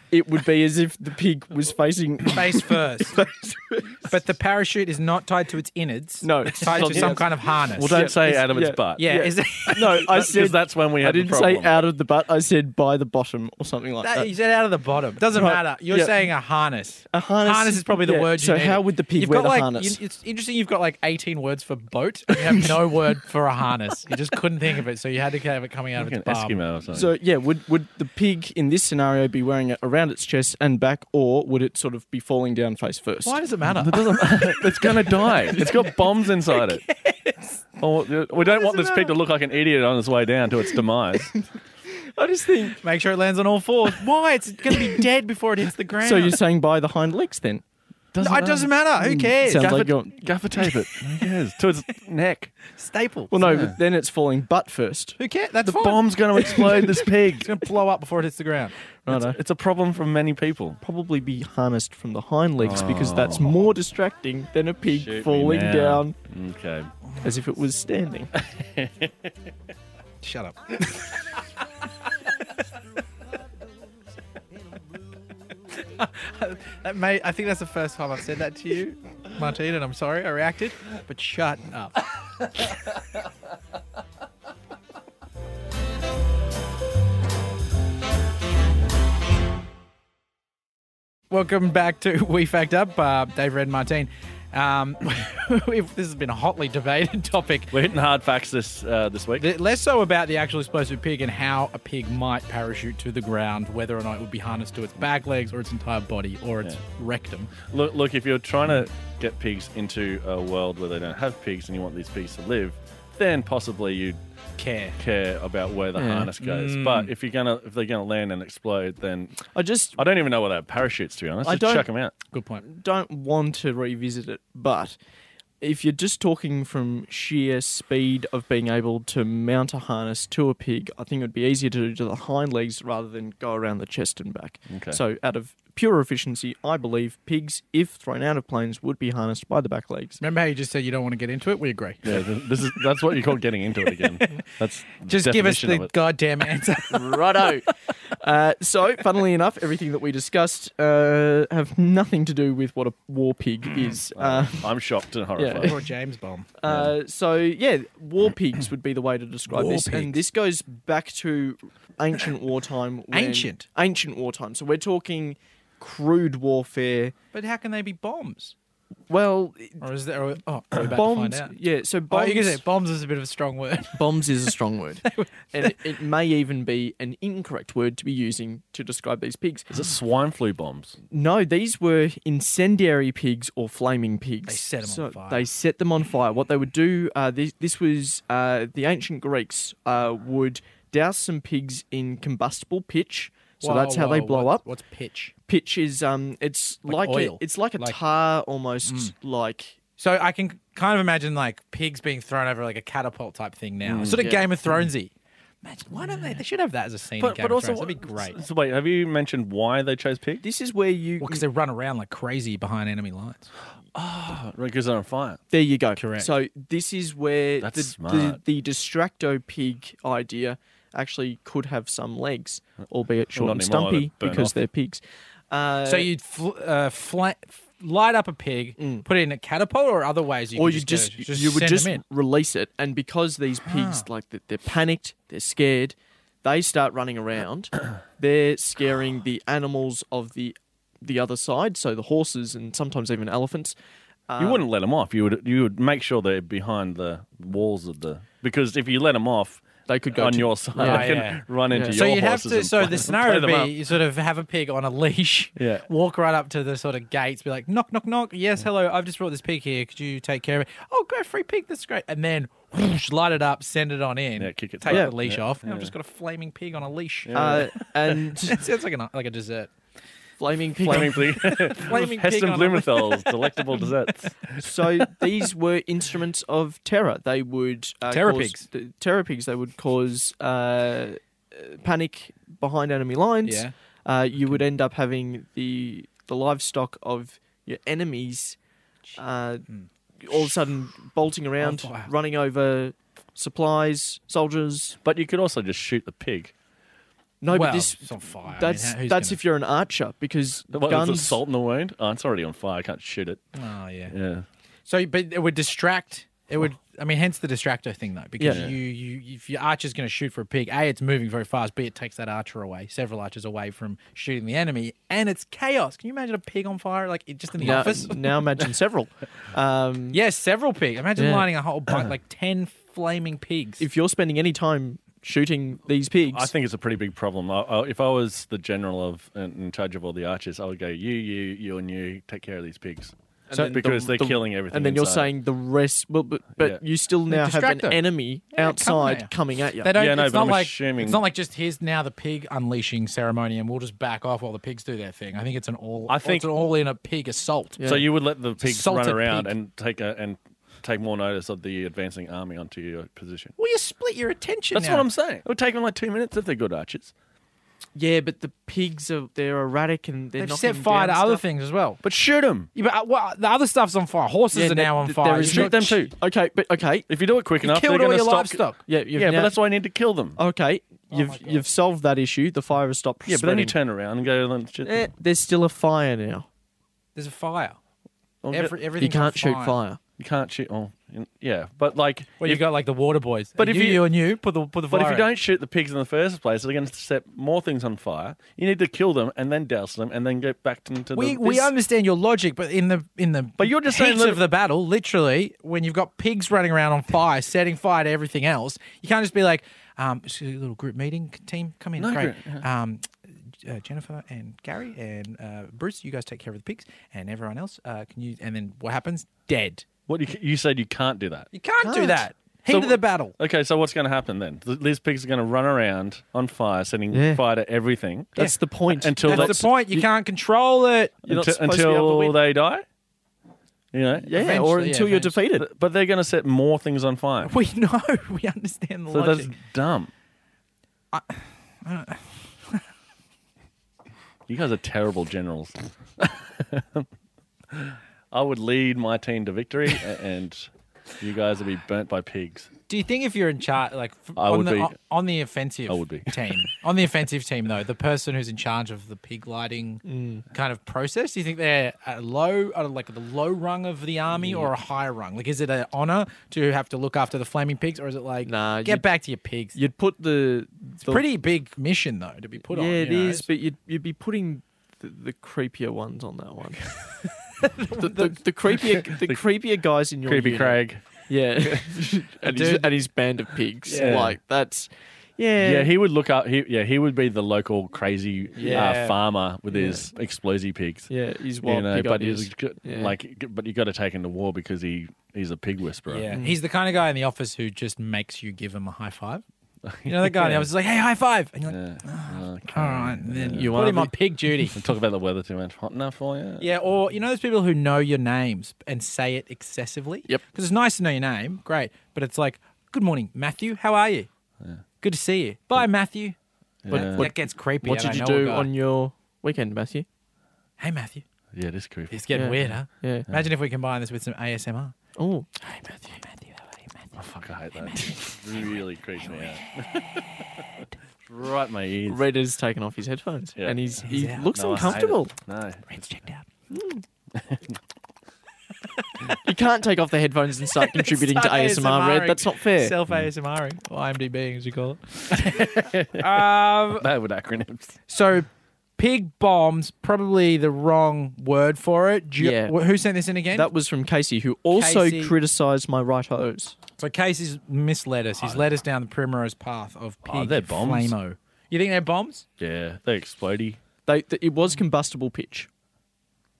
Speaker 2: it would be as if the pig was facing. [LAUGHS]
Speaker 1: Face first. But the parachute is not tied to its innards.
Speaker 2: No,
Speaker 1: it's tied
Speaker 2: it's
Speaker 1: to
Speaker 2: not-
Speaker 1: some kind of harness.
Speaker 3: Well, don't
Speaker 2: Yeah,
Speaker 3: say
Speaker 2: it's-
Speaker 3: out of its
Speaker 2: yeah.
Speaker 3: butt.
Speaker 1: yeah,
Speaker 2: yeah.
Speaker 1: is it?
Speaker 2: No, I
Speaker 3: Because
Speaker 2: said
Speaker 3: that's when we
Speaker 2: I
Speaker 3: had the
Speaker 2: didn't say
Speaker 3: problem.
Speaker 2: out of the butt. I said by the bottom or something like
Speaker 1: That,
Speaker 2: that.
Speaker 1: you said out of the bottom. Doesn't
Speaker 2: Right,
Speaker 1: matter. You're
Speaker 2: yeah.
Speaker 1: saying a harness.
Speaker 2: A harness-
Speaker 1: is probably the
Speaker 2: yeah,
Speaker 1: word. You
Speaker 2: so
Speaker 1: need.
Speaker 2: how would the pig
Speaker 1: You've
Speaker 2: wear
Speaker 1: got
Speaker 2: the
Speaker 1: like,
Speaker 2: harness?
Speaker 1: you- it's interesting. You've got like 18 words for boat. And you have
Speaker 2: [LAUGHS]
Speaker 1: no word for a harness. You just couldn't think of it, so you had to have it coming out
Speaker 3: Like
Speaker 1: of
Speaker 3: an
Speaker 1: its bum.
Speaker 3: Eskimo or something. [LAUGHS]
Speaker 2: So yeah, would would the pig in this scenario be wearing it around its chest and back, or would it sort of be falling down face first?
Speaker 1: Why does it matter?
Speaker 3: it's gonna die. It's got bombs inside it. Oh, we don't want this pig to look like an idiot on its way down to its demise.
Speaker 2: I just think.
Speaker 1: Make sure it lands on all fours. Why? It's going to be dead before it hits the ground.
Speaker 2: [LAUGHS] So you're saying by the hind legs then?
Speaker 1: No, it doesn't matter. Who cares?
Speaker 2: Sounds
Speaker 1: Gaffer
Speaker 2: like you're.
Speaker 3: Gaffer tape it. Yes, to its neck.
Speaker 1: staple.
Speaker 2: Well, no, but then it's falling butt first.
Speaker 1: Who cares? That's
Speaker 3: The
Speaker 1: fine.
Speaker 3: bomb's going to explode this
Speaker 1: It's [LAUGHS]
Speaker 3: pig.
Speaker 1: going to blow up before it hits the ground.
Speaker 2: Right,
Speaker 3: It's, it's a problem for many people.
Speaker 2: probably be harnessed from the hind legs because that's more distracting than a pig
Speaker 3: Oh. Shoot me
Speaker 2: falling
Speaker 3: now.
Speaker 2: down
Speaker 3: Okay.
Speaker 2: as if it was standing.
Speaker 1: Shut [LAUGHS] up. that may, Uh, I think that's the first time I've said that to you, Martine, and I'm sorry I reacted, but shut up. Welcome back to We Fact Up, uh, Dave Red Martin. Um, [LAUGHS] we've, this has been a hotly debated [LAUGHS] topic.
Speaker 3: We're hitting hard facts this uh, this week.
Speaker 1: The- Less so about the actual explosive pig and how a pig might parachute to the ground, whether or not it would be harnessed to its back legs or its entire body or its
Speaker 3: Yeah.
Speaker 1: rectum.
Speaker 3: Look, look, if you're trying to get pigs into a world where they don't have pigs and you want these pigs to live, then possibly you
Speaker 1: Care.
Speaker 3: care about where the
Speaker 2: Yeah.
Speaker 3: harness goes. But if you're gonna if they're gonna land and explode, then
Speaker 2: I just
Speaker 3: I don't even know what they have parachutes to be honest.
Speaker 2: I
Speaker 3: Just
Speaker 2: don't-
Speaker 3: chuck them out.
Speaker 1: Good point.
Speaker 2: don't want to revisit it, but if you're just talking from sheer speed of being able to mount a harness to a pig, I think it would be easier to do to the hind legs rather than go around the chest and back.
Speaker 3: Okay.
Speaker 2: So, out of pure efficiency, I believe pigs, if thrown out of planes, would be harnessed by the
Speaker 1: [LAUGHS]
Speaker 2: back legs.
Speaker 1: Remember how you just said you don't want to get into it? We agree.
Speaker 3: Yeah, th- this is that's what you call getting into it again. That's the
Speaker 1: Just give us
Speaker 3: definition of
Speaker 1: the
Speaker 3: it.
Speaker 1: goddamn answer.
Speaker 2: Righto. uh, so, funnily enough, everything that we discussed uh, have nothing to do with what a war pig is. Uh,
Speaker 3: [LAUGHS] I'm shocked and horrified.
Speaker 1: or James bomb.
Speaker 2: Uh, so yeah, war pigs would be the way to describe
Speaker 1: War
Speaker 2: this, and
Speaker 1: pigs.
Speaker 2: this goes back to ancient wartime. When,
Speaker 1: Ancient?
Speaker 2: ancient wartime. So we're talking crude warfare.
Speaker 1: But how can they be bombs?
Speaker 2: Well,
Speaker 1: Or is there? Oh, we're about
Speaker 2: bombs.
Speaker 1: to find out.
Speaker 2: Yeah, so
Speaker 1: Oh,
Speaker 2: bombs.
Speaker 1: you can say bombs is a bit of a strong word.
Speaker 2: bombs is a strong word, [LAUGHS] and it, it may even be an incorrect word to be using to describe these pigs.
Speaker 3: Is it swine flu bombs?
Speaker 2: No, these were incendiary pigs or flaming pigs.
Speaker 1: They set 'em on fire.
Speaker 2: They set them on fire. What they would do, uh, this, this was uh, the ancient Greeks uh, would douse some pigs in combustible pitch. So
Speaker 1: Whoa,
Speaker 2: that's how they
Speaker 1: whoa,
Speaker 2: blow
Speaker 1: what-
Speaker 2: up.
Speaker 1: What's pitch?
Speaker 2: Pitch is um, it's
Speaker 1: Like
Speaker 2: like,
Speaker 1: oil.
Speaker 2: A, it's like a
Speaker 1: Like- Mm.
Speaker 2: tar almost like.
Speaker 1: So I can kind of imagine like pigs being thrown over like a catapult type thing now, sort of
Speaker 2: Mm, yeah.
Speaker 1: Game of Thronesy. Imagine why don't they? They should have that as a scene. in Game of Thrones. that'd be great.
Speaker 3: So wait, have you mentioned why they chose pigs?
Speaker 2: This is where you.
Speaker 1: Well, because they run around like crazy behind enemy lines.
Speaker 3: Because they're on fire.
Speaker 2: There you go.
Speaker 1: Correct.
Speaker 2: So this is where
Speaker 3: That's
Speaker 2: the,
Speaker 3: smart.
Speaker 2: the the distracto pig idea actually could have some legs,
Speaker 1: Uh,
Speaker 2: albeit short
Speaker 3: not
Speaker 2: and
Speaker 3: anymore,
Speaker 2: stumpy
Speaker 3: they burn
Speaker 2: because
Speaker 3: off.
Speaker 2: they're pigs. Uh,
Speaker 1: so you'd fl- uh, fla- f- light up a pig, put it in a catapult, or other ways you
Speaker 2: Mm. or
Speaker 1: could
Speaker 2: you just,
Speaker 1: go-
Speaker 2: you would
Speaker 1: send
Speaker 2: just
Speaker 1: them in. Ah.
Speaker 2: release it, and because these pigs like th- they're panicked, they're scared, they start running
Speaker 1: [COUGHS]
Speaker 2: around. they're scaring the animals of the the other side, so the horses and sometimes even elephants. Uh,
Speaker 3: you wouldn't let them off. You would you would make sure they're behind the walls of the because if you let them off
Speaker 2: They could go
Speaker 3: on
Speaker 2: to-
Speaker 3: your side,
Speaker 1: Yeah.
Speaker 3: they can
Speaker 1: Yeah.
Speaker 3: run into
Speaker 2: Yeah.
Speaker 1: So
Speaker 3: your
Speaker 1: you'd have
Speaker 3: horses.
Speaker 1: to.
Speaker 3: and
Speaker 1: So
Speaker 3: blow-
Speaker 1: the scenario
Speaker 3: blow
Speaker 1: would
Speaker 3: them
Speaker 1: be
Speaker 3: up.
Speaker 1: you sort of have a pig on a [LAUGHS] leash,
Speaker 3: Yeah.
Speaker 1: walk right up to the sort of gates, be like, knock, knock, knock. Yes, hello. I've just brought this pig here. Could you take care of it? Oh, great, free pig. That's great. And then whoosh, light it up, send it on in.
Speaker 3: Yeah, kick its
Speaker 1: Take
Speaker 3: butt.
Speaker 1: the leash
Speaker 3: Yeah.
Speaker 1: off. And I've just got a flaming pig on a leash.
Speaker 2: uh, [LAUGHS] and
Speaker 1: [LAUGHS] it sounds like an like a dessert. [LAUGHS]
Speaker 2: flaming pig.
Speaker 3: Flaming [LAUGHS] pig.
Speaker 1: Flaming pig
Speaker 3: Heston
Speaker 1: on a- [LAUGHS]
Speaker 3: Blumenthal's delectable desserts.
Speaker 2: so these were instruments of terror. They would uh,
Speaker 1: Terror
Speaker 2: cause,
Speaker 1: pigs.
Speaker 2: th- terror pigs. They would cause uh, uh, panic behind enemy lines.
Speaker 1: Yeah.
Speaker 2: Uh, you would end up having the the livestock of your enemies uh,
Speaker 1: Hmm.
Speaker 2: all of a sudden
Speaker 1: Oh,
Speaker 2: bolting around,
Speaker 1: fire.
Speaker 2: running over supplies, soldiers.
Speaker 3: But you could also just shoot the pig.
Speaker 2: No,
Speaker 1: well,
Speaker 2: but this
Speaker 1: it's on fire. I mean,
Speaker 2: that's
Speaker 1: how- who's
Speaker 2: that's
Speaker 1: gonna-
Speaker 2: if you're an archer because
Speaker 3: What, is it
Speaker 2: guns.
Speaker 3: salt in the wound? Oh, it's already on fire. I can't shoot it.
Speaker 1: Oh yeah.
Speaker 3: Yeah.
Speaker 1: So, but it would distract. It would. I mean, hence the distractor thing, though, because
Speaker 2: Yeah.
Speaker 1: you, you, if your archer's going to shoot for a pig, a, it's moving very fast. B, it takes that archer away, several archers away from shooting the enemy, and it's chaos. Can you imagine a pig on fire, like it- just in the
Speaker 2: Now,
Speaker 1: office?
Speaker 2: [LAUGHS]
Speaker 1: [LAUGHS]
Speaker 2: now
Speaker 3: [LAUGHS]
Speaker 2: imagine several. Um,
Speaker 1: Yes, several pigs. Imagine
Speaker 2: Yeah.
Speaker 1: lining a whole
Speaker 2: [CLEARS THROAT]
Speaker 1: bunch, like ten flaming pigs.
Speaker 2: If you're spending any time shooting these pigs,
Speaker 3: I think it's a pretty big problem. I, I, if I was the general of and in charge of all the archers, I would go you, you, you, and you take care of these pigs
Speaker 2: And then
Speaker 3: because
Speaker 2: the-
Speaker 3: they're
Speaker 2: the-
Speaker 3: killing everything.
Speaker 2: and then you're
Speaker 3: inside.
Speaker 2: saying the rest. Well, but but
Speaker 3: Yeah.
Speaker 2: you still now have an
Speaker 1: distractor.
Speaker 2: enemy
Speaker 1: come
Speaker 2: outside
Speaker 1: there.
Speaker 2: coming at you.
Speaker 1: they don't.
Speaker 3: Yeah, no,
Speaker 1: it's
Speaker 3: but
Speaker 1: not
Speaker 3: I'm
Speaker 1: like
Speaker 3: assuming-
Speaker 1: it's not like just here's now the pig unleashing ceremony, and we'll just back off while the pigs do their thing. I think it's an all.
Speaker 3: I think-
Speaker 1: it's an all in a pig assault.
Speaker 2: Yeah.
Speaker 3: So you would let the pigs run
Speaker 1: salted
Speaker 3: around
Speaker 1: pig.
Speaker 3: and take a, and take more notice of the advancing army onto your position.
Speaker 1: Well, you split your attention.
Speaker 3: That's
Speaker 1: now.
Speaker 3: what I'm saying. It would take them like two minutes if they're good archers.
Speaker 2: yeah, but the pigs are they're erratic and they're
Speaker 1: They've
Speaker 2: knocking
Speaker 1: set fire to
Speaker 2: down
Speaker 1: other
Speaker 2: stuff.
Speaker 1: things as well.
Speaker 3: But shoot them
Speaker 1: Yeah, but uh, well, the other stuff's on fire. Horses
Speaker 2: Yeah,
Speaker 1: are
Speaker 2: no,
Speaker 1: now on
Speaker 2: th-
Speaker 1: fire.
Speaker 2: there is
Speaker 1: You've
Speaker 2: no-
Speaker 1: got-
Speaker 3: them too.
Speaker 2: Okay, but okay,
Speaker 3: if you do it quick
Speaker 1: You
Speaker 3: enough.
Speaker 1: killed
Speaker 3: they're
Speaker 1: all
Speaker 3: gonna
Speaker 1: your
Speaker 3: stop-
Speaker 1: livestock.
Speaker 2: yeah, you've
Speaker 3: Yeah,
Speaker 2: now-
Speaker 3: but that's why I need to kill them.
Speaker 2: okay. You've
Speaker 1: Oh my God.
Speaker 2: you've solved that issue. The fire has stopped.
Speaker 3: yeah, but then you
Speaker 2: spreading.
Speaker 3: turn around and go. "Let's just-
Speaker 2: Eh, there's still a fire now.
Speaker 1: There's a fire.
Speaker 3: I'll get-
Speaker 1: Every, everything
Speaker 2: You can't shoot fire.
Speaker 3: You can't shoot. Oh, in- yeah, but like,
Speaker 1: Well, you've got like the water boys.
Speaker 3: But
Speaker 1: you,
Speaker 3: if you-
Speaker 1: you and you put the put the
Speaker 3: but if
Speaker 1: fire
Speaker 3: you
Speaker 1: out.
Speaker 3: don't shoot the pigs in the first place, they're going to set more things on fire. You need to kill them and then douse them and then get back into
Speaker 1: we
Speaker 3: the.
Speaker 1: we
Speaker 3: this-
Speaker 1: understand your logic, but in the in the
Speaker 3: But you're just
Speaker 1: heat
Speaker 3: saying that-
Speaker 1: of the battle, literally, when you've got pigs running around on fire, setting fire to everything else, you can't just be like, um, it's a little group meeting team, come in,
Speaker 3: No,
Speaker 1: great.
Speaker 3: group,
Speaker 2: uh-huh.
Speaker 1: Um, uh, Jennifer and Gary and uh, Bruce, you guys take care of the pigs, and everyone else, uh, can you? And then what happens? Dead.
Speaker 3: What you, you said you can't do that.
Speaker 1: You can't, do
Speaker 2: Can't.
Speaker 1: that. Heat
Speaker 3: So-
Speaker 1: of the battle.
Speaker 3: Okay, so what's going to happen then? Th- These pigs are going to run around on fire, setting
Speaker 2: Yeah.
Speaker 3: fire to everything Uh,
Speaker 2: That's the point.
Speaker 3: Until
Speaker 1: That's, the point. You, can't control it. [LAUGHS]
Speaker 2: You're not
Speaker 3: until,
Speaker 2: supposed to be able to
Speaker 3: until
Speaker 2: win.
Speaker 3: they die. You know,
Speaker 1: Eventually,
Speaker 2: yeah, or
Speaker 1: yeah,
Speaker 2: until you're
Speaker 1: eventually.
Speaker 2: defeated.
Speaker 3: But they're going to set more things on fire.
Speaker 1: We know. [LAUGHS] We understand the
Speaker 3: So
Speaker 1: logic.
Speaker 3: that's dumb.
Speaker 2: [LAUGHS]
Speaker 3: you guys are terrible generals. [LAUGHS] I would lead my team to victory, a- and you guys would be burnt by pigs.
Speaker 1: Do you think if you're in charge, like f-
Speaker 3: I
Speaker 1: on
Speaker 3: would
Speaker 1: the
Speaker 3: be.
Speaker 1: o- on the offensive
Speaker 3: I would be.
Speaker 1: team, on the offensive team though, the person who's in charge of the pig lighting kind of process, do you think they're at a low, at a- like the low rung of the army, or a high rung? Like, is it an honor to have to look after the flaming pigs, or is it like,
Speaker 2: Nah,
Speaker 1: get
Speaker 2: you-
Speaker 1: back to your pigs?
Speaker 2: You'd put the, the
Speaker 1: Pretty big mission though to be put
Speaker 2: yeah,
Speaker 1: on. you
Speaker 2: it
Speaker 1: know?
Speaker 2: is, but you'd you'd be putting the, the creepier ones on that
Speaker 1: [LAUGHS]
Speaker 2: one. [LAUGHS] the, the, the creepier the, creepier guys in your
Speaker 3: Creepy
Speaker 2: unit.
Speaker 3: Craig.
Speaker 2: [LAUGHS] yeah, and his
Speaker 1: Dude.
Speaker 2: and his band of pigs.
Speaker 3: Yeah.
Speaker 2: Like that's
Speaker 3: Yeah.
Speaker 2: yeah.
Speaker 3: he would look up. He, yeah, he would be the local crazy
Speaker 2: Yeah.
Speaker 3: uh, farmer with his explosive pigs.
Speaker 2: yeah, he's wild
Speaker 3: you know,
Speaker 2: pig
Speaker 3: but
Speaker 2: ideas.
Speaker 3: he's got,
Speaker 2: Yeah.
Speaker 3: like, but you got to take him to war because he he's a pig whisperer.
Speaker 1: Yeah, he's the kind of guy in the office who just makes you give him a high
Speaker 2: [LAUGHS]
Speaker 1: five. You know that guy in the office is like, "Hey, high five. and you're like,
Speaker 3: Yeah. Okay.
Speaker 1: "All right," and then
Speaker 2: Yeah.
Speaker 1: you
Speaker 2: You
Speaker 1: put
Speaker 2: are
Speaker 1: him
Speaker 2: the-
Speaker 1: on pig
Speaker 2: [LAUGHS]
Speaker 1: duty.
Speaker 3: We talk about the weather too much. Hot enough for you?
Speaker 1: Yeah, or you know those people who know your names and say it excessively.
Speaker 2: Yep.
Speaker 1: Because it's nice to know your name, great, but it's like, "Good morning, Matthew. How are you? Good to see you. Bye, Matthew."
Speaker 3: But-
Speaker 1: that,
Speaker 3: but
Speaker 1: that gets creepy.
Speaker 2: what
Speaker 1: and
Speaker 2: did you
Speaker 1: I know a
Speaker 2: do
Speaker 1: guy.
Speaker 2: on your weekend, Matthew?
Speaker 1: Hey, Matthew.
Speaker 3: Yeah, it is creepy.
Speaker 1: It's getting
Speaker 2: Yeah.
Speaker 1: weird, huh?
Speaker 2: Yeah.
Speaker 1: Imagine if we combine this with some ASMR.
Speaker 2: Oh,
Speaker 1: Hey, Matthew. Matthew, how are you, Matthew?
Speaker 3: Oh, fuck, I hate that. [LAUGHS] really creeps me out. [LAUGHS] right in my ears.
Speaker 2: Red has taken off his headphones,
Speaker 3: Yeah.
Speaker 2: and he's he
Speaker 1: out.
Speaker 2: looks
Speaker 3: No, I hate
Speaker 2: uncomfortable.
Speaker 3: it. No.
Speaker 1: Red's checked out.
Speaker 2: You can't take off the headphones and
Speaker 3: [LAUGHS]
Speaker 2: start contributing to
Speaker 1: Start
Speaker 2: ASMR, Red.
Speaker 1: ASMRing.
Speaker 2: That's not fair.
Speaker 1: Self ASMRing or IMDBing as you call it. um,
Speaker 3: They would acronyms.
Speaker 1: So, pig bombs probably the wrong word for it. Do you-
Speaker 2: Yeah.
Speaker 1: wh- Who sent this in again?
Speaker 2: That was from Casey, who also
Speaker 1: Casey.
Speaker 2: criticised my right hose.
Speaker 1: so Casey's misled us. He's led us down the primrose path of pig
Speaker 3: Oh, they're bombs.
Speaker 1: flamo. You think they're bombs?
Speaker 3: Yeah, they explodey.
Speaker 2: They, th- it was combustible pitch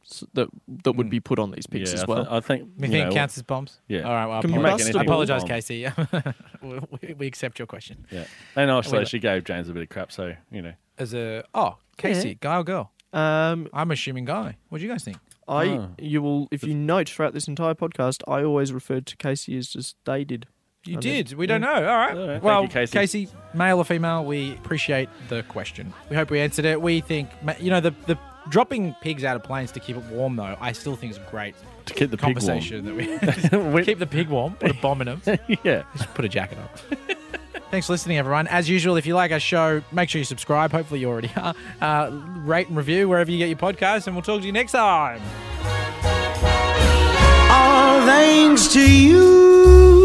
Speaker 2: s that that would be put on these pigs
Speaker 3: Hmm. yeah,
Speaker 2: as
Speaker 3: I uh,
Speaker 2: well.
Speaker 3: thi- I think.
Speaker 1: You
Speaker 3: you
Speaker 1: think
Speaker 3: know,
Speaker 1: it counts as bombs?
Speaker 3: yeah.
Speaker 1: All right. Well, I
Speaker 2: Can you
Speaker 1: apologize,
Speaker 2: make
Speaker 1: I
Speaker 2: anything
Speaker 1: apologize
Speaker 3: bomb?
Speaker 1: Casey. [LAUGHS] we, we- we accept your question.
Speaker 3: Yeah. And also,
Speaker 1: Wait,
Speaker 3: she gave James a bit of crap, so, you know.
Speaker 1: As a oh, Casey,
Speaker 2: Yeah.
Speaker 1: guy or girl?
Speaker 2: um,
Speaker 1: I'm assuming guy. What do you guys think?
Speaker 2: I
Speaker 3: Oh.
Speaker 2: you will if you note throughout this entire podcast, I always referred to Casey as just they did.
Speaker 1: You
Speaker 2: I
Speaker 1: did.
Speaker 2: did.
Speaker 1: We don't know. All right.
Speaker 3: All right. Thank
Speaker 1: Well,
Speaker 3: you, Casey.
Speaker 1: male or female, we appreciate the question. We hope we answered it. We think, ma- you know, the, the dropping pigs out of planes to keep it warm, though, I still think is a great
Speaker 3: To keep the pig warm.
Speaker 1: conversation that [LAUGHS] we keep the pig warm, put a bomb in them,
Speaker 3: [LAUGHS] yeah.
Speaker 1: [LAUGHS] just put a jacket on. [LAUGHS] Thanks for listening, everyone. As usual, if you like our show, make sure you subscribe. Hopefully, you already [LAUGHS] are. Uh, rate and review wherever you get your podcast, and we'll talk to you next time.
Speaker 4: all thanks to you.